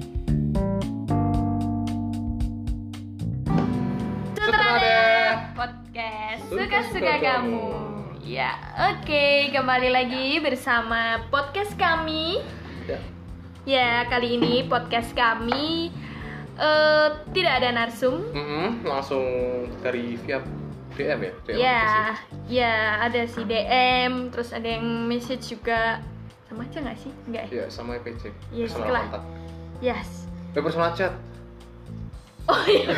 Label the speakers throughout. Speaker 1: ya. sesuka kamu. Ya, oke, kembali lagi bersama podcast kami.
Speaker 2: Ya.
Speaker 1: Ya, kali ini podcast kami eh, tidak ada narsum.
Speaker 2: Mm-mm, langsung dari via DM ya? DM
Speaker 1: Ya, ya ada si DM, terus ada yang message juga. Sama aja nggak sih? Enggak
Speaker 2: Ya,
Speaker 1: ya?
Speaker 2: sama PC.
Speaker 1: Iya,
Speaker 2: personal
Speaker 1: setelah.
Speaker 2: kontak.
Speaker 1: Yes.
Speaker 2: Ya, personal chat.
Speaker 1: Oh iya.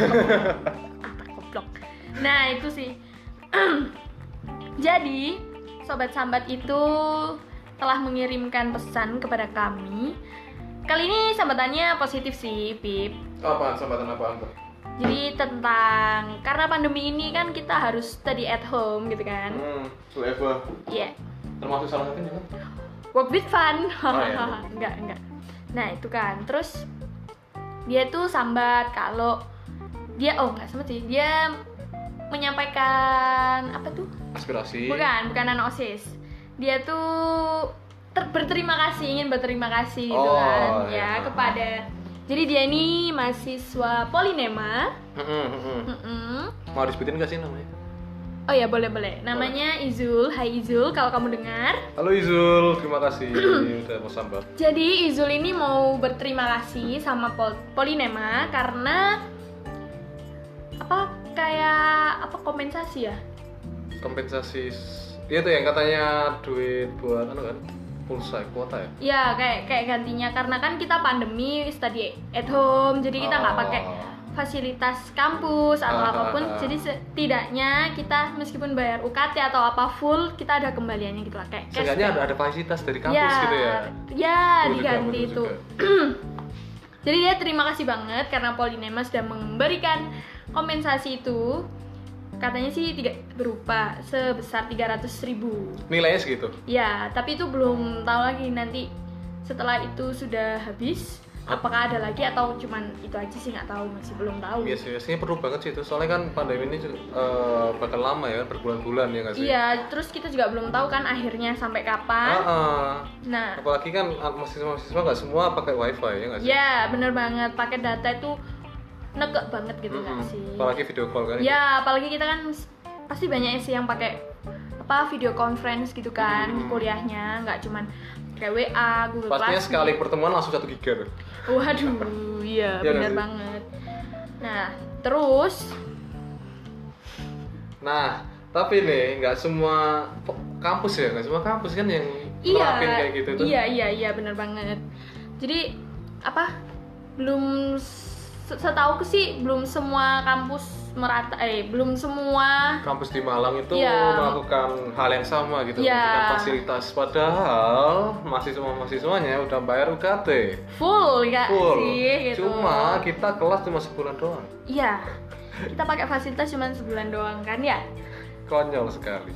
Speaker 1: Goblok. Nah, itu sih. Jadi, sobat sambat itu telah mengirimkan pesan kepada kami. Kali ini sambatannya positif sih, Pip.
Speaker 2: Apaan? Sambatan apaan tuh?
Speaker 1: Jadi tentang karena pandemi ini kan kita harus study at home gitu kan.
Speaker 2: Hmm, Eva.
Speaker 1: Iya.
Speaker 2: Termasuk salah satunya kan?
Speaker 1: Work with fun.
Speaker 2: iya.
Speaker 1: enggak, enggak. Nah, itu kan. Terus dia tuh sambat kalau dia oh enggak sambat sih. Dia menyampaikan apa tuh?
Speaker 2: Aspirasi.
Speaker 1: Bukan, bukan anak OSIS. Dia tuh ter- berterima kasih, ingin berterima kasih gitu
Speaker 2: Oh,
Speaker 1: kan
Speaker 2: iya.
Speaker 1: ya kepada jadi dia ini mahasiswa Polinema.
Speaker 2: Mm-mm, mm-mm.
Speaker 1: Mm-mm.
Speaker 2: Mau disebutin gak sih namanya?
Speaker 1: Oh ya boleh boleh. Namanya Izul. Hai Izul, kalau kamu dengar.
Speaker 2: Halo Izul, terima kasih udah mau sambat.
Speaker 1: Jadi Izul ini mau berterima kasih sama Pol- Polinema karena apa kayak apa kompensasi ya?
Speaker 2: Kompensasi s- Iya tuh yang katanya duit buat anu kan? Pulsa kuota ya?
Speaker 1: Ya kayak kayak gantinya karena kan kita pandemi study at home jadi kita nggak
Speaker 2: Oh.
Speaker 1: pakai fasilitas kampus atau
Speaker 2: Ah, ah,
Speaker 1: apapun
Speaker 2: ah.
Speaker 1: jadi setidaknya kita meskipun bayar UKT atau apa full kita ada kembaliannya gitu lah kayak
Speaker 2: Seenggaknya ada,
Speaker 1: cashback.
Speaker 2: ada fasilitas dari kampus gitu ya.
Speaker 1: ya
Speaker 2: Betul juga,
Speaker 1: Iya. diganti
Speaker 2: betul
Speaker 1: itu
Speaker 2: juga.
Speaker 1: Jadi dia terima kasih banget karena Polinema sudah memberikan kompensasi itu. Katanya sih tiga, berupa sebesar 300 ribu.
Speaker 2: Nilainya segitu.
Speaker 1: Ya, tapi itu belum tahu lagi nanti setelah itu sudah habis apakah ada lagi atau cuman itu aja sih nggak tahu masih belum tahu.
Speaker 2: Iya sih, biasanya perlu banget sih itu. Soalnya kan pandemi ini eh, bakal lama ya, berbulan-bulan ya nggak sih?
Speaker 1: Iya, terus kita juga belum tahu kan akhirnya
Speaker 2: Ah,
Speaker 1: sampai kapan.
Speaker 2: ah.
Speaker 1: Nah,
Speaker 2: apalagi kan mahasiswa-mahasiswa nggak semua pakai wifi ya nggak sih?
Speaker 1: ya bener banget paket data itu nekek banget gitu nggak
Speaker 2: Mm-mm.
Speaker 1: sih?
Speaker 2: Apalagi video call kan?
Speaker 1: Ya, apalagi kita kan s- pasti banyak sih yang pakai apa video conference gitu kan
Speaker 2: Hmm.
Speaker 1: kuliahnya, nggak cuman kayak WA, Google
Speaker 2: Pastinya
Speaker 1: Classroom.
Speaker 2: sekali pertemuan langsung satu giga tuh.
Speaker 1: Waduh, iya
Speaker 2: Iya nggak
Speaker 1: benar
Speaker 2: sih?
Speaker 1: banget. Nah, terus
Speaker 2: Nah, tapi nih nggak semua po- kampus ya, nggak semua kampus kan yang
Speaker 1: iya
Speaker 2: nerapin kayak gitu tuh.
Speaker 1: iya iya iya benar banget. Jadi apa belum se- setahu aku sih belum semua kampus merata eh belum semua
Speaker 2: Kampus di Malang itu
Speaker 1: Iya.
Speaker 2: melakukan hal yang sama gitu,
Speaker 1: Iya.
Speaker 2: memberikan fasilitas. Padahal mahasiswa-mahasiswanya udah bayar UKT.
Speaker 1: full nggak
Speaker 2: Full.
Speaker 1: sih gitu.
Speaker 2: Cuma kita kelas cuma sebulan doang.
Speaker 1: Iya, kita pakai fasilitas cuma sebulan doang kan ya.
Speaker 2: Konyol sekali.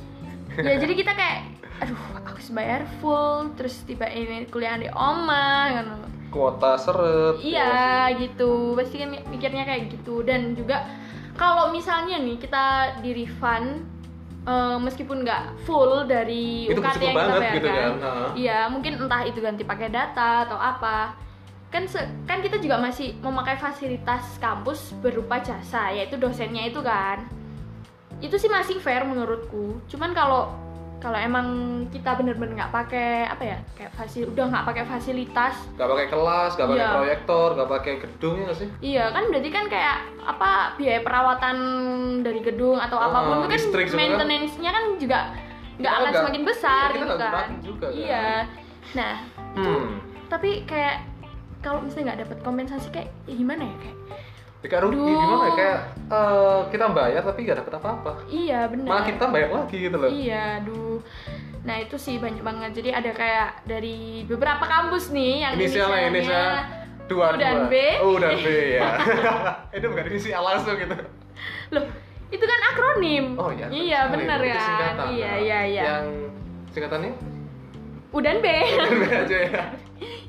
Speaker 1: Ya jadi kita kayak, aduh aku harus bayar full, terus tiba ini kuliah di oma, kan.
Speaker 2: Kuota seret.
Speaker 1: Iya gitu, pasti kan mi- mikirnya kayak gitu dan juga kalau misalnya nih kita di refund eh, meskipun nggak full dari
Speaker 2: Itu
Speaker 1: UKT
Speaker 2: bersyukur
Speaker 1: yang kita
Speaker 2: banget
Speaker 1: bayarkan,
Speaker 2: gitu kan. Nah.
Speaker 1: iya mungkin entah itu ganti pakai data atau apa, kan se- kan kita juga masih memakai fasilitas kampus berupa jasa yaitu dosennya itu kan, itu sih masih fair menurutku, cuman kalau kalau emang kita bener-bener nggak pakai apa ya kayak fasil udah nggak pakai fasilitas
Speaker 2: Gak pakai kelas, gak pakai
Speaker 1: Iya.
Speaker 2: proyektor, gak pakai gedung ya nggak sih?
Speaker 1: Iya kan berarti kan kayak apa biaya perawatan dari gedung atau
Speaker 2: Ah,
Speaker 1: apapun itu
Speaker 2: listrik juga
Speaker 1: kan
Speaker 2: kan.
Speaker 1: maintenance-nya kan juga nggak
Speaker 2: Kita
Speaker 1: akan
Speaker 2: nggak-
Speaker 1: semakin besar
Speaker 2: iya, kita
Speaker 1: gitu
Speaker 2: nggak
Speaker 1: kan.
Speaker 2: gunain juga kan.
Speaker 1: Iya. Nah,
Speaker 2: Hmm.
Speaker 1: tapi kayak kalau misalnya nggak dapat kompensasi kayak ya gimana ya kayak
Speaker 2: Ya, kayak rugi
Speaker 1: Aduh.
Speaker 2: gimana ya? Kayak eh, kita bayar tapi gak dapet apa-apa.
Speaker 1: iya benar.
Speaker 2: Malah kita bayar lagi gitu loh.
Speaker 1: Iya, duh. Nah, itu sih banyak banget. Jadi ada kayak dari beberapa kampus nih yang
Speaker 2: Inisialnya
Speaker 1: inisialnya
Speaker 2: inisial dua
Speaker 1: U dan
Speaker 2: dua.
Speaker 1: B.
Speaker 2: U dan B ya. Itu bukan inisial langsung gitu.
Speaker 1: Loh, itu kan akronim.
Speaker 2: Oh iya.
Speaker 1: Iya,
Speaker 2: sekali.
Speaker 1: benar
Speaker 2: Itu
Speaker 1: kan.
Speaker 2: singkatan.
Speaker 1: Iya,
Speaker 2: Nah,
Speaker 1: iya, iya.
Speaker 2: Yang singkatannya?
Speaker 1: U dan B.
Speaker 2: B aja ya.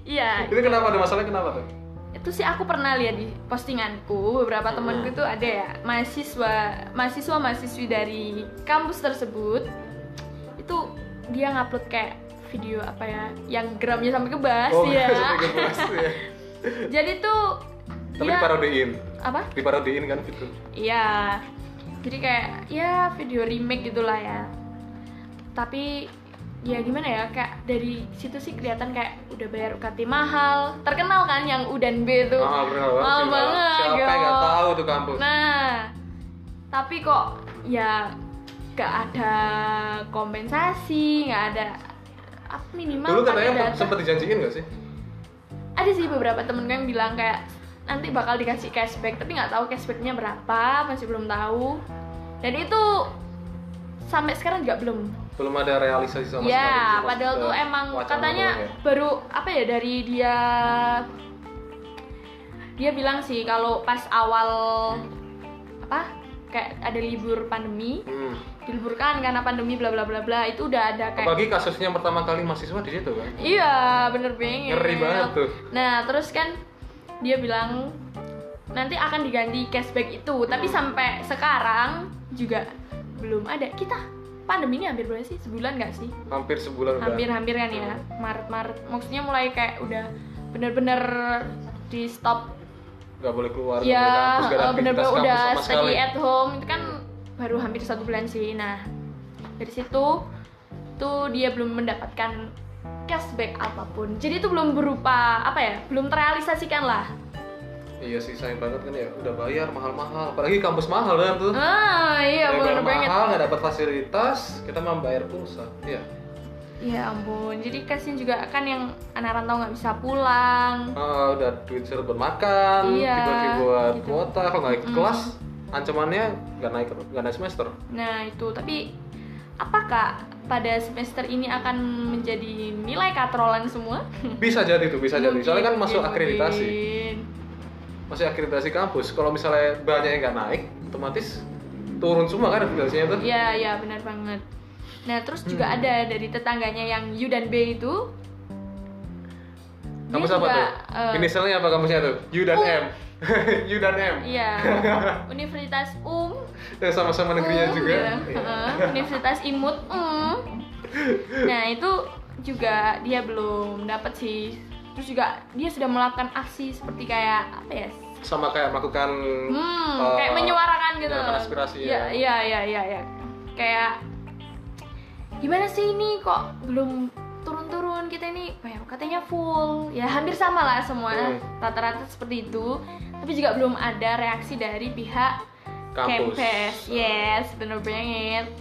Speaker 1: Iya,
Speaker 2: Itu kenapa ada masalahnya kenapa tuh?
Speaker 1: itu sih aku pernah lihat di postinganku
Speaker 2: Hmm.
Speaker 1: beberapa temanku tuh ada ya mahasiswa mahasiswa mahasiswi dari kampus tersebut itu dia ngupload kayak video apa ya yang gramnya sampai kebas ya
Speaker 2: Oh, sampai ke bawah sih ya.
Speaker 1: jadi tuh
Speaker 2: Tapi
Speaker 1: dia Iya.
Speaker 2: diparodiin.
Speaker 1: apa
Speaker 2: Diparodiin kan gitu.
Speaker 1: iya jadi kayak ya video remake gitulah ya tapi ya gimana ya kayak dari situ sih kelihatan kayak udah bayar UKT mahal terkenal kan yang Udan B itu
Speaker 2: mahal mahal Ah, banget
Speaker 1: mahal
Speaker 2: sih,
Speaker 1: banget,
Speaker 2: siapa yang nggak
Speaker 1: yo.
Speaker 2: tahu tuh kampus
Speaker 1: Nah, tapi kok ya gak ada kompensasi, gak ada apa minimal
Speaker 2: dulu
Speaker 1: pakai
Speaker 2: katanya
Speaker 1: data.
Speaker 2: sempat dijanjiin nggak sih
Speaker 1: ada sih beberapa temen gue yang bilang kayak nanti bakal dikasih cashback tapi nggak tahu cashbacknya berapa masih belum tahu dan itu sampai sekarang juga belum
Speaker 2: belum ada realisasi sama sekali
Speaker 1: ya
Speaker 2: Cuma
Speaker 1: padahal
Speaker 2: sudah
Speaker 1: tuh emang
Speaker 2: wacana
Speaker 1: katanya
Speaker 2: doang ya.
Speaker 1: baru apa ya dari dia dia bilang sih kalau pas awal apa kayak ada libur pandemi
Speaker 2: Hmm.
Speaker 1: diliburkan karena pandemi bla bla bla bla itu udah ada kayak
Speaker 2: apalagi kasusnya yang pertama kali mahasiswa di situ kan
Speaker 1: Iya, bener banget.
Speaker 2: Ngeri banget tuh.
Speaker 1: Nah, terus kan dia bilang nanti akan diganti cashback itu, tapi sampai sekarang juga belum ada. Kita pandemi ini hampir berapa sih? Sebulan nggak sih?
Speaker 2: hampir sebulan udah
Speaker 1: Hampir-hampir kan ya, Maret-Maret. Maksudnya mulai kayak udah bener-bener di stop.
Speaker 2: nggak boleh keluar nggak boleh kampus,
Speaker 1: Ya,
Speaker 2: nggak ada
Speaker 1: eh,
Speaker 2: aktivitas
Speaker 1: bener-bener
Speaker 2: kampus
Speaker 1: udah
Speaker 2: sama sekali
Speaker 1: stay at home. Itu kan baru hampir satu bulan sih. Nah, dari situ tuh dia belum mendapatkan cashback apapun jadi itu belum berupa apa ya belum terrealisasikan lah
Speaker 2: iya sih sayang banget kan ya udah bayar mahal-mahal apalagi kampus mahal kan tuh
Speaker 1: ah iya
Speaker 2: Bayar
Speaker 1: bener banget
Speaker 2: mahal nggak dapat fasilitas kita mau bayar pulsa iya
Speaker 1: ya ampun jadi kasihan juga kan yang anak rantau nggak bisa pulang
Speaker 2: Ah, udah duit serba makan
Speaker 1: Iya,
Speaker 2: dibagi buat
Speaker 1: gitu.
Speaker 2: kuota kalau naik kelas ancamannya nggak naik nggak naik semester
Speaker 1: nah itu tapi apakah pada semester ini akan menjadi nilai katrolan semua
Speaker 2: bisa jadi tuh bisa jadi soalnya kan masuk
Speaker 1: Mungkin,
Speaker 2: akreditasi
Speaker 1: mungkin.
Speaker 2: masih akreditasi kampus kalau misalnya banyak yang nggak naik otomatis turun semua kan akreditasinya tuh
Speaker 1: Iya, iya benar banget. Nah, terus juga
Speaker 2: Hmm.
Speaker 1: ada dari tetangganya yang U dan B itu. Dia
Speaker 2: kampus apa
Speaker 1: juga,
Speaker 2: tuh
Speaker 1: eh,
Speaker 2: inisialnya apa kampusnya tuh U dan
Speaker 1: U.
Speaker 2: M U dan M
Speaker 1: Iya. Universitas UM.
Speaker 2: ya sama-sama negerinya
Speaker 1: UM,
Speaker 2: juga
Speaker 1: bilang.
Speaker 2: Iya.
Speaker 1: Heeh, Universitas Imut. UM. Nah, itu juga dia belum dapat sih. Terus juga dia sudah melakukan aksi seperti kayak apa ya?
Speaker 2: sama kayak melakukan
Speaker 1: Hmm,
Speaker 2: eh,
Speaker 1: kayak menyuarakan gitu.
Speaker 2: menyuarakan aspirasi
Speaker 1: Iya,
Speaker 2: ya.
Speaker 1: iya, iya, iya, iya. Kayak gimana sih ini kok belum turun-turun kita ini bayar katanya full ya hampir sama lah semua
Speaker 2: Hmm.
Speaker 1: rata-rata seperti itu tapi juga belum ada reaksi dari pihak
Speaker 2: kampus
Speaker 1: Kempes yes bener banget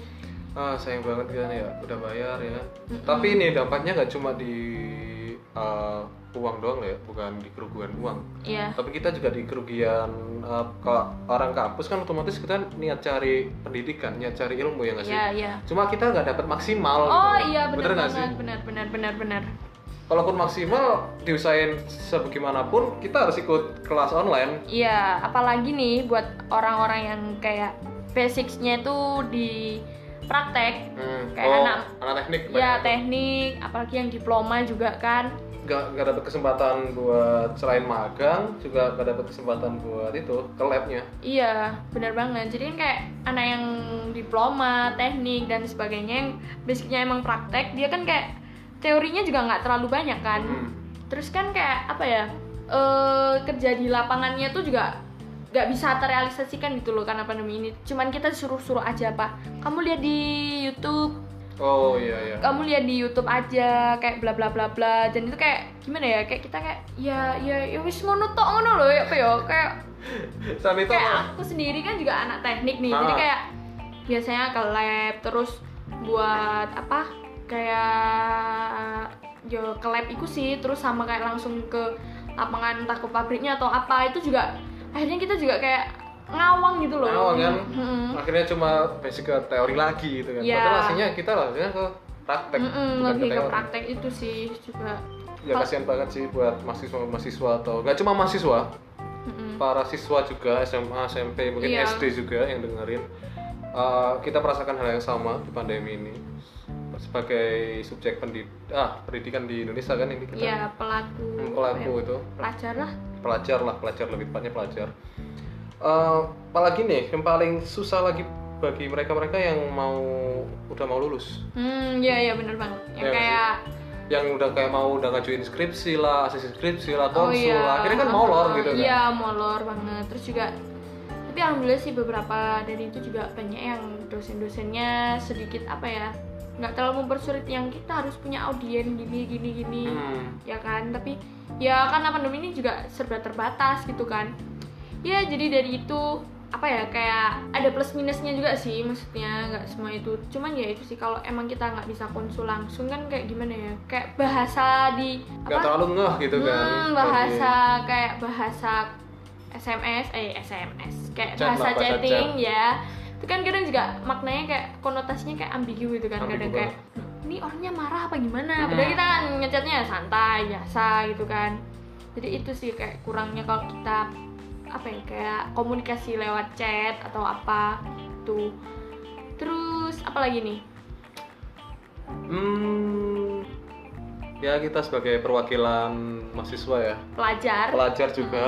Speaker 2: ah sayang banget kan ya udah bayar ya tapi ini dampaknya nggak cuma di eh, uang doang lah ya bukan di kerugian uang
Speaker 1: ya
Speaker 2: tapi kita juga di kerugian eh, ke- orang kampus kan otomatis kita niat cari pendidikan niat cari ilmu ya nggak sih
Speaker 1: ya ya
Speaker 2: cuma kita nggak dapat maksimal
Speaker 1: oh
Speaker 2: gitu.
Speaker 1: iya bener,
Speaker 2: nggak
Speaker 1: banget bener bener bener bener
Speaker 2: kalaupun maksimal diusahain sebagaimanapun kita harus ikut kelas online
Speaker 1: Iya, apalagi nih buat orang-orang yang kayak basicsnya itu di praktek,
Speaker 2: Hmm,
Speaker 1: Kayak
Speaker 2: oh,
Speaker 1: anak-
Speaker 2: anak teknik
Speaker 1: ya
Speaker 2: banyak.
Speaker 1: teknik, apalagi yang diploma juga kan.
Speaker 2: nggak nggak dapat kesempatan buat selain magang juga nggak dapat kesempatan buat itu ke labnya
Speaker 1: Iya, benar banget. Jadi kan kayak anak yang diploma, teknik dan sebagainya yang basicnya emang praktek, dia kan kayak teorinya juga nggak terlalu banyak kan.
Speaker 2: Hmm.
Speaker 1: Terus kan kayak apa ya? eh, kerja di lapangannya tuh juga nggak bisa terrealisasikan gitu loh karena pandemi ini. Cuman kita suruh-suruh aja, Pak. Kamu lihat di YouTube
Speaker 2: oh iya iya
Speaker 1: kamu lihat di YouTube aja kayak bla bla bla bla dan itu kayak gimana ya kayak kita kayak ya ya ya wis ngono tok ngono loh ya apa ya kayak
Speaker 2: saat itu
Speaker 1: kayak
Speaker 2: apa?
Speaker 1: aku sendiri kan juga anak teknik nih
Speaker 2: Ah.
Speaker 1: jadi kayak biasanya ke lab terus buat apa kayak yo ke lab iku sih terus sama kayak langsung ke lapangan entah ke pabriknya atau apa itu juga akhirnya kita juga kayak ngawang gitu loh
Speaker 2: Ngawang kan?
Speaker 1: Mm-mm.
Speaker 2: akhirnya cuma basic ke teori lagi gitu kan
Speaker 1: Iya.
Speaker 2: padahal aslinya kita langsungnya ke praktek
Speaker 1: Mm-mm,
Speaker 2: bukan
Speaker 1: lebih ke
Speaker 2: teori.
Speaker 1: praktek itu sih juga
Speaker 2: ya kasihan banget sih buat mahasiswa mahasiswa atau nggak cuma mahasiswa
Speaker 1: Mm-mm.
Speaker 2: para siswa juga SMA SMP mungkin
Speaker 1: Iya.
Speaker 2: SD juga yang dengerin Eh, kita merasakan hal yang sama di pandemi ini sebagai subjek pendid ah pendidikan di Indonesia kan ini kita
Speaker 1: Iya pelaku ya.
Speaker 2: Hmm, pelaku itu
Speaker 1: pelajar lah
Speaker 2: pelajar lah pelajar lebih tepatnya pelajar Eh, apalagi nih yang paling susah lagi bagi mereka-mereka yang mau udah mau lulus
Speaker 1: hmm iya iya bener banget yang
Speaker 2: Iya,
Speaker 1: kayak
Speaker 2: yang udah kayak mau udah ngajuin skripsi lah asisten skripsi lah
Speaker 1: oh
Speaker 2: konsul
Speaker 1: iya
Speaker 2: lah akhirnya kan molor gitu kan
Speaker 1: iya molor banget terus juga tapi tapi alhamdulillah sih beberapa dari itu juga banyak yang dosen-dosennya sedikit apa ya nggak terlalu mempersulit yang kita harus punya audien gini gini gini
Speaker 2: Hmm.
Speaker 1: ya kan tapi ya karena pandemi ini juga serba terbatas gitu kan ya jadi dari itu apa ya kayak ada plus minusnya juga sih maksudnya nggak semua itu cuman ya itu sih kalau emang kita nggak bisa konsul langsung kan kayak gimana ya kayak bahasa di
Speaker 2: nggak terlalu ngeh gitu kan
Speaker 1: Hmm, bahasa kayak bahasa SMS, eh SMS, kayak
Speaker 2: Chat lah,
Speaker 1: bahasa
Speaker 2: bahasa
Speaker 1: chatting ya. Itu kan kadang juga maknanya kayak konotasinya kayak ambigu gitu kan
Speaker 2: Ambigu
Speaker 1: kadang kayak ini orangnya marah apa gimana?
Speaker 2: Hmm.
Speaker 1: Padahal kita kan ngechatnya ya santai, biasa gitu kan. Jadi itu sih kayak kurangnya kalau kita apa ya kayak komunikasi lewat chat atau apa tuh. Terus apalagi nih?
Speaker 2: Hmm, ya kita sebagai perwakilan mahasiswa ya
Speaker 1: Pelajar
Speaker 2: pelajar juga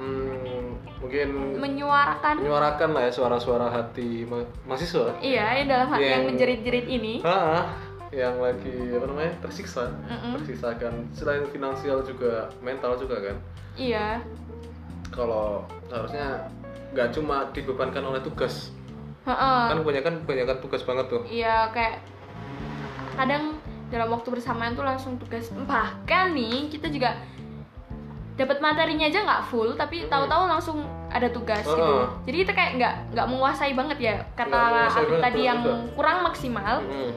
Speaker 2: hmm, mungkin
Speaker 1: menyuarakan
Speaker 2: menyuarakan lah ya suara-suara hati ma- mahasiswa
Speaker 1: iya yang dalam hati
Speaker 2: Yang-
Speaker 1: yang menjerit-jerit ini.
Speaker 2: ah yang lagi apa namanya tersiksa
Speaker 1: Mm-mm.
Speaker 2: tersiksa kan selain finansial juga mental juga kan
Speaker 1: Iya.
Speaker 2: kalau harusnya nggak cuma dibebankan oleh tugas
Speaker 1: Heeh.
Speaker 2: kan kebanyakan kebanyakan tugas banget tuh
Speaker 1: Iya kayak kadang dalam waktu bersamaan tuh langsung tugas bahkan nih kita juga dapat materinya aja nggak full
Speaker 2: Mm.
Speaker 1: tapi tahu-tahu langsung ada tugas
Speaker 2: Heeh.
Speaker 1: gitu jadi kita kayak nggak nggak menguasai banget ya
Speaker 2: Nggak
Speaker 1: kata
Speaker 2: menguasai
Speaker 1: aku
Speaker 2: banget,
Speaker 1: tadi
Speaker 2: betul
Speaker 1: yang
Speaker 2: juga.
Speaker 1: kurang maksimal
Speaker 2: Mm.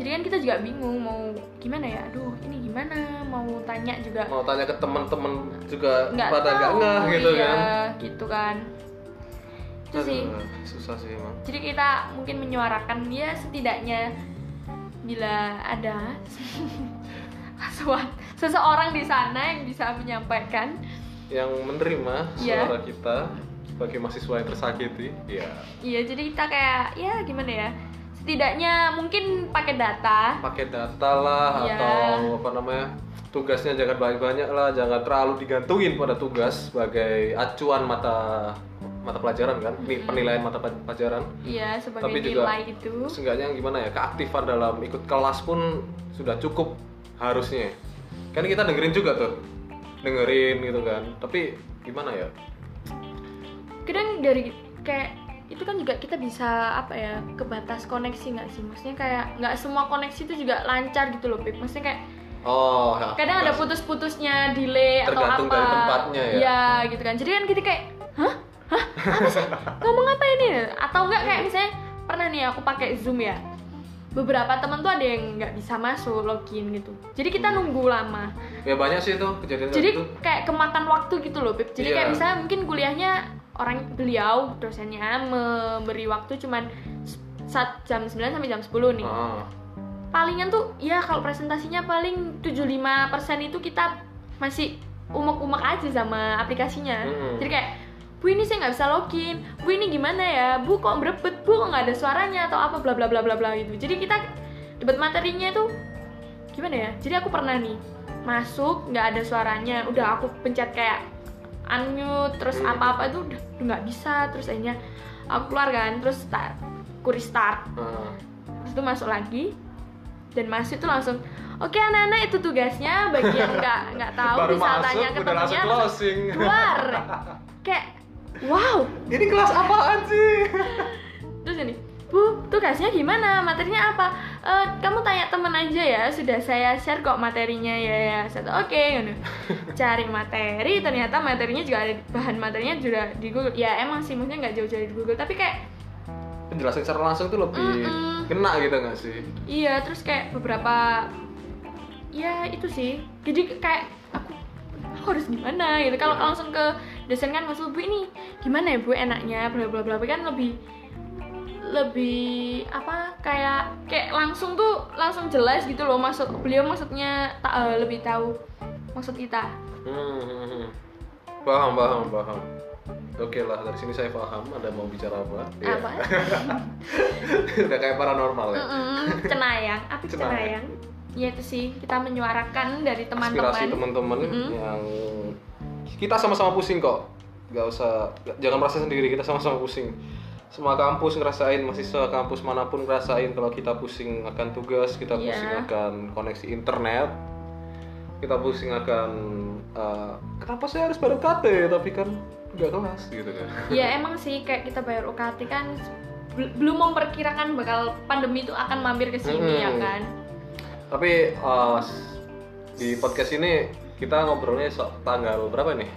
Speaker 1: jadi kan kita juga bingung mau gimana ya aduh ini gimana mau tanya juga
Speaker 2: mau tanya ke teman-teman juga
Speaker 1: nggak
Speaker 2: pada nggak
Speaker 1: tahu
Speaker 2: ngeh gitu
Speaker 1: iya,
Speaker 2: kan
Speaker 1: gitu kan itu sih
Speaker 2: Aduh, susah sih emang
Speaker 1: jadi kita mungkin menyuarakan dia setidaknya bila ada sesuatu- seseorang di sana yang bisa menyampaikan
Speaker 2: yang menerima
Speaker 1: Iya.
Speaker 2: suara kita sebagai mahasiswa yang tersakiti ya
Speaker 1: iya jadi kita kayak ya gimana ya setidaknya mungkin pakai data
Speaker 2: pakai data lah
Speaker 1: Iya.
Speaker 2: atau apa namanya tugasnya jangan banyak-banyak lah jangan terlalu digantungin pada tugas sebagai acuan mata mata pelajaran kan Ini penilaian mata pa- pelajaran
Speaker 1: iya sebagai
Speaker 2: Tapi juga-
Speaker 1: nilai itu
Speaker 2: seenggaknya gimana ya keaktifan dalam ikut kelas pun sudah cukup harusnya kan kita dengerin juga tuh dengerin gitu kan tapi gimana ya
Speaker 1: kadang dari kayak itu kan juga kita bisa apa ya kebatas koneksi nggak sih maksudnya kayak nggak semua koneksi itu juga lancar gitu loh Pip maksudnya kayak
Speaker 2: oh ya,
Speaker 1: kadang ada
Speaker 2: nggak sih.
Speaker 1: putus-putusnya delay
Speaker 2: Tergantung
Speaker 1: atau apa
Speaker 2: dari tempatnya ya.
Speaker 1: Iya, gitu kan jadi kan kita kayak hah hah apa sih ngomong apa ini atau enggak kayak misalnya pernah nih aku pakai zoom ya beberapa temen tuh ada yang nggak bisa masuk login gitu jadi kita nunggu lama
Speaker 2: ya banyak sih itu kejadian kayak
Speaker 1: jadi
Speaker 2: gitu.
Speaker 1: kayak kemakan waktu gitu loh Pip jadi
Speaker 2: Iya.
Speaker 1: kayak misalnya mungkin kuliahnya orang beliau dosennya memberi waktu cuman saat jam 9 sampai jam 10 nih
Speaker 2: Ah,
Speaker 1: palingan tuh ya kalau presentasinya paling 75% itu kita masih umek-umek aja sama aplikasinya
Speaker 2: Mm-mm.
Speaker 1: jadi kayak bu ini saya nggak bisa login bu ini gimana ya bu kok berebet bu kok nggak ada suaranya atau apa bla bla bla bla bla gitu jadi kita debat materinya tuh gimana ya jadi aku pernah nih masuk nggak ada suaranya udah aku pencet kayak unmute terus
Speaker 2: Hmm.
Speaker 1: apa-apa itu udah udah nggak bisa terus akhirnya aku keluar kan terus start ku restart
Speaker 2: ah.
Speaker 1: Terus itu masuk lagi dan masuk itu langsung oke anak-anak itu tugasnya bagi yang nggak nggak tahu
Speaker 2: baru
Speaker 1: bisa
Speaker 2: masuk
Speaker 1: tanya ke
Speaker 2: udah langsung
Speaker 1: temennya
Speaker 2: closing
Speaker 1: keluar kayak wow
Speaker 2: ini kelas apaan sih
Speaker 1: terus ini bu tugasnya gimana materinya apa "Eh, kamu tanya temen aja ya sudah saya share kok materinya ya ya satu oke gitu. cari materi ternyata materinya juga ada bahan materinya juga di Google ya emang sih maksudnya nggak jauh-jauh dari Google tapi kayak
Speaker 2: penjelasan secara langsung tuh lebih
Speaker 1: Mm-mm.
Speaker 2: kena gitu nggak sih
Speaker 1: Iya, terus kayak beberapa ya itu sih. Jadi kayak aku aku harus gimana gitu.
Speaker 2: Iya.
Speaker 1: Kalau langsung ke dosen kan maksud Bu ini gimana ya Bu enaknya bla bla bla kan lebih lebih apa kayak kayak langsung tuh langsung jelas gitu loh maksud beliau maksudnya tak eh, lebih tahu maksud kita.
Speaker 2: Hmm, paham, paham, paham. Oke lah, dari sini saya paham. Ada mau bicara apa? Iya.
Speaker 1: Apa?
Speaker 2: Udah kayak paranormal ya.
Speaker 1: Mm-mm, cenayang, apa
Speaker 2: Cenayang.
Speaker 1: cenayang? Ya itu sih kita menyuarakan dari
Speaker 2: Aspirasi
Speaker 1: teman-teman.
Speaker 2: teman-teman
Speaker 1: Mm-mm.
Speaker 2: yang kita sama-sama pusing kok. Gak usah, nggak- jangan merasa sendiri. Kita sama-sama pusing. Semua kampus ngerasain, mahasiswa kampus manapun ngerasain kalau kita pusing akan tugas, kita
Speaker 1: Iya.
Speaker 2: pusing akan koneksi internet, kita pusing akan eh, kenapa saya harus bayar UKT tapi kan nggak kelas gitu kan
Speaker 1: ya emang sih kayak kita bayar UKT kan bel- belum memperkirakan bakal pandemi itu akan mampir ke sini ya
Speaker 2: Mm-mm.
Speaker 1: kan
Speaker 2: tapi eh, di podcast ini kita ngobrolnya so, tanggal berapa nih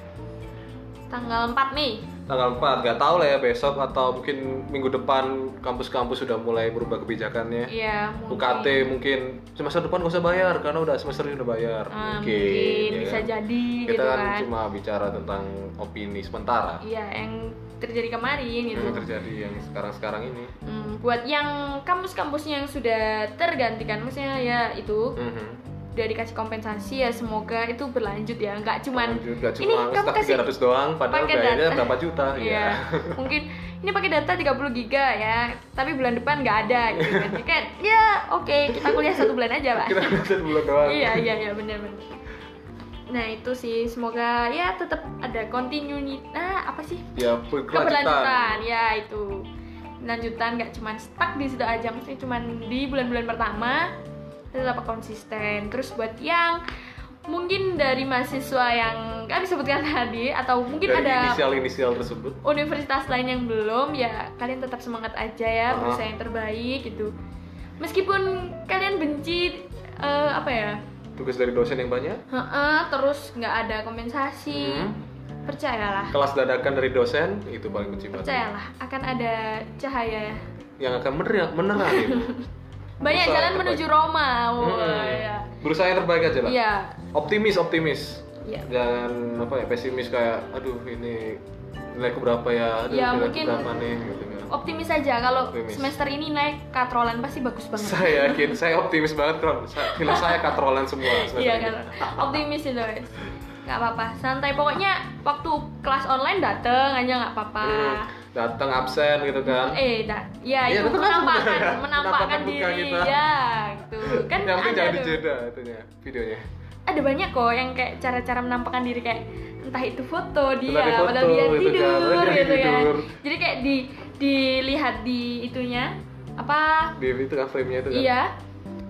Speaker 1: tanggal 4 Mei
Speaker 2: tanggal 4 nggak tahu lah ya besok atau mungkin minggu depan kampus-kampus sudah mulai berubah kebijakannya
Speaker 1: ya mungkin.
Speaker 2: UKT mungkin semester depan nggak usah bayar karena udah semester ini udah bayar
Speaker 1: Ah, mungkin,
Speaker 2: ya
Speaker 1: bisa
Speaker 2: kan?
Speaker 1: jadi
Speaker 2: kita
Speaker 1: gitu
Speaker 2: kan,
Speaker 1: kan
Speaker 2: cuma bicara tentang opini sementara
Speaker 1: iya yang terjadi kemarin gitu
Speaker 2: yang terjadi yang sekarang-sekarang ini
Speaker 1: Hmm, buat yang kampus-kampusnya yang sudah tergantikan maksudnya ya itu
Speaker 2: Mhm.
Speaker 1: udah dikasih kompensasi ya semoga itu berlanjut ya nggak cuman
Speaker 2: Lanjut, nggak
Speaker 1: ini
Speaker 2: cuma
Speaker 1: kamu
Speaker 2: stuck
Speaker 1: kasih
Speaker 2: 300 doang padahal
Speaker 1: pakai
Speaker 2: bayarnya
Speaker 1: data.
Speaker 2: berapa juta
Speaker 1: Iya. Mungkin ini pakai data 30 giga ya, tapi bulan depan nggak ada gitu kan. Jadi kan. Ya, oke, kita kuliah satu bulan aja, Pak.
Speaker 2: kita nonton bulan doang
Speaker 1: iya, iya, iya, benar benar. Nah, itu sih semoga ya tetap ada continuity. Nah, apa sih?
Speaker 2: ya berkelanjutan
Speaker 1: Keberlanjutan. Ya, itu. Lanjutan nggak cuman stuck di situ aja, maksudnya cuman di bulan-bulan pertama tetap konsisten. Terus buat yang mungkin dari mahasiswa yang kami sebutkan tadi atau mungkin
Speaker 2: Dari
Speaker 1: ada
Speaker 2: inisial-inisial tersebut
Speaker 1: universitas lain yang belum ya kalian tetap semangat aja ya
Speaker 2: Ah.
Speaker 1: berusaha yang terbaik gitu meskipun kalian benci eh, apa ya
Speaker 2: tugas dari dosen yang banyak
Speaker 1: heeh, terus nggak ada kompensasi
Speaker 2: Mhm.
Speaker 1: percayalah
Speaker 2: kelas dadakan dari dosen itu paling benci banget.
Speaker 1: percayalah akan ada cahaya
Speaker 2: yang akan menerang menerang itu
Speaker 1: banyak
Speaker 2: Berusaha
Speaker 1: jalan
Speaker 2: yang
Speaker 1: menuju Roma wow,
Speaker 2: Hmm.
Speaker 1: ya.
Speaker 2: berusaha yang terbaik aja lah
Speaker 1: Iya,
Speaker 2: optimis optimis
Speaker 1: iya.
Speaker 2: jangan apa ya pesimis kayak aduh ini nilaiku berapa ya aduh
Speaker 1: Ya,
Speaker 2: nilaiku
Speaker 1: mungkin- Oh,
Speaker 2: berapa nih gitu kan
Speaker 1: optimis aja kalau
Speaker 2: Optimis.
Speaker 1: semester ini naik katrolan pasti bagus banget
Speaker 2: saya yakin saya optimis banget kalau saya, nilai saya katrolan semua semester
Speaker 1: Iya
Speaker 2: ini.
Speaker 1: kan, optimis itu guys. Gak apa-apa, santai. Pokoknya waktu kelas online dateng aja nggak apa-apa.
Speaker 2: Hmm, datang absen gitu kan
Speaker 1: Eh, da- ya
Speaker 2: Iya,
Speaker 1: itu
Speaker 2: betul,
Speaker 1: menampakkan,
Speaker 2: betul. Menampakkan
Speaker 1: menampakkan
Speaker 2: muka
Speaker 1: diri
Speaker 2: kita.
Speaker 1: ya, gitu. Kan
Speaker 2: yang penting
Speaker 1: ada
Speaker 2: jangan
Speaker 1: tuh.
Speaker 2: dijeda itunya videonya
Speaker 1: Ada banyak kok yang kayak cara-cara menampakkan diri kayak entah itu foto dia,
Speaker 2: Entah di foto,
Speaker 1: padahal dia
Speaker 2: gitu kan.
Speaker 1: tidur,
Speaker 2: Padahal dia
Speaker 1: gitu kan.
Speaker 2: tidur.
Speaker 1: Jadi kayak di dilihat di itunya apa
Speaker 2: di itu kan frame-nya itu kan
Speaker 1: Iya.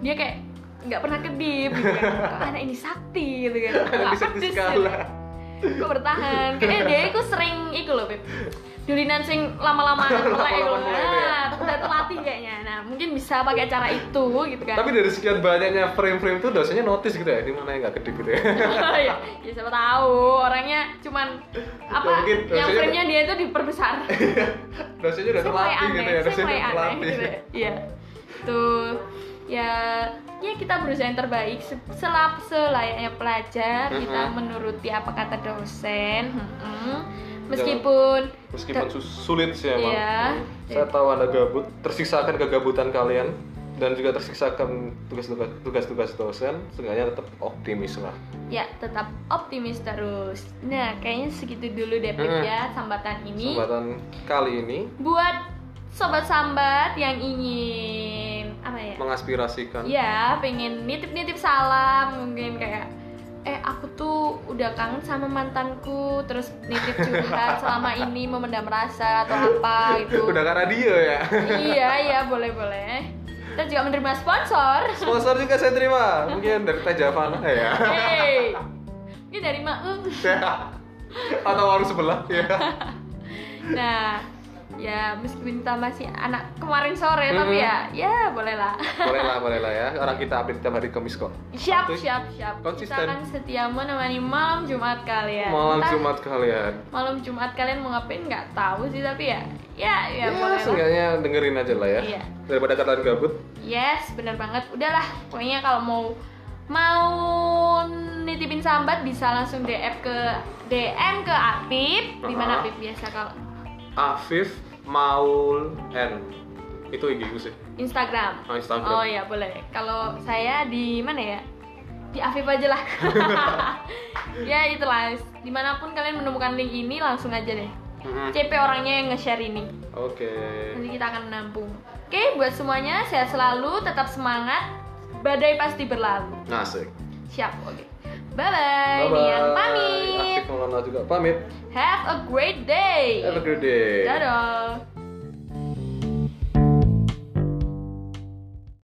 Speaker 1: Dia kayak nggak pernah kedip gitu kan. Kok anak ini sakti gitu kan.
Speaker 2: Anak ini sakti
Speaker 1: gitu.
Speaker 2: skala.
Speaker 1: Kok bertahan. Kayaknya dia itu sering itu loh, Beb. Dulinan sing lama-lama mulai itu.
Speaker 2: Lama-lama mulai itu ya.
Speaker 1: Nah, udah terlatih kayaknya. Nah, mungkin bisa pakai cara itu gitu kan.
Speaker 2: tapi dari sekian banyaknya frame-frame itu dosennya notice gitu ya ini mana yang nggak kedip gitu ya
Speaker 1: ya, ya siapa tahu orangnya cuman apa
Speaker 2: mungkin
Speaker 1: yang
Speaker 2: dosennya-
Speaker 1: frame-nya dia itu diperbesar.
Speaker 2: dosennya udah
Speaker 1: saya mulai
Speaker 2: terlatih
Speaker 1: aneh,
Speaker 2: gitu ya
Speaker 1: saya
Speaker 2: dosennya
Speaker 1: mulai
Speaker 2: udah
Speaker 1: aneh
Speaker 2: terlatih
Speaker 1: gitu ya. Iya. Tuh ya ya kita berusaha yang terbaik se- selap selayaknya pelajar kita
Speaker 2: Mhm.
Speaker 1: menuruti apa kata dosen. mhm. Meskipun
Speaker 2: Meskipun
Speaker 1: Ter-
Speaker 2: sus- sulit sih emang.
Speaker 1: Iya.
Speaker 2: Saya tahu Anda gabut, tersiksa akan kegabutan kalian dan juga tersiksa akan tugas-tugas tugas-tugas dosen, seenggaknya tetap optimis lah.
Speaker 1: ya tetap optimis terus. Nah, kayaknya segitu dulu deh Pip,
Speaker 2: Mhm.
Speaker 1: ya sambatan ini.
Speaker 2: Kesempatan kali ini
Speaker 1: Buat sobat sambat yang ingin apa ya?
Speaker 2: mengaspirasikan
Speaker 1: Ya, pengen nitip-nitip salam mungkin kayak eh aku tuh udah kangen sama mantanku terus nitip curhat selama ini memendam rasa atau apa gitu.
Speaker 2: Udah kan radio ya.
Speaker 1: Iya, iya, boleh-boleh. Kita juga menerima sponsor.
Speaker 2: Sponsor juga saya terima. Mungkin dari Teh Javana ya.
Speaker 1: Hey. Ini dari Maung.
Speaker 2: Atau warung sebelah ya.
Speaker 1: Nah, ya meskipun kita masih anak kemarin sore
Speaker 2: Mhm.
Speaker 1: tapi ya ya boleh lah.
Speaker 2: Boleh lah, boleh lah ya. Orang kita update tiap hari Kamis kok.
Speaker 1: Siap,
Speaker 2: Santuy.
Speaker 1: siap, siap. Kita
Speaker 2: Konsisten.
Speaker 1: akan setia menemani malam Jumat kalian.
Speaker 2: Malam
Speaker 1: Entah-
Speaker 2: Jumat kalian.
Speaker 1: malam Jumat kalian mau ngapain nggak tahu sih tapi ya ya ya,
Speaker 2: Ya,
Speaker 1: boleh lah.
Speaker 2: seenggaknya dengerin aja lah ya.
Speaker 1: Iya.
Speaker 2: Daripada kalian gabut,
Speaker 1: yes bener banget udahlah pokoknya kalau mau mau nitipin sambat bisa langsung DM ke DM ke Apip di mana
Speaker 2: Ah.
Speaker 1: Apip biasa kalau
Speaker 2: Afif Maul N itu IG gue sih
Speaker 1: Instagram
Speaker 2: oh, Instagram
Speaker 1: oh ya boleh kalau saya di mana ya di Afif aja lah ya itulah dimanapun kalian menemukan link ini langsung aja deh
Speaker 2: Mhm.
Speaker 1: CP orangnya yang nge-share ini
Speaker 2: oke
Speaker 1: Nanti kita akan menampung. Oke, buat semuanya sehat selalu, tetap semangat. Badai pasti berlalu.
Speaker 2: ngasih
Speaker 1: Siap, oke. Bye bye. Nian Nah, pamit.
Speaker 2: Afif Maulana juga pamit
Speaker 1: Have a great day.
Speaker 2: have a good day
Speaker 1: Iya. Dadah.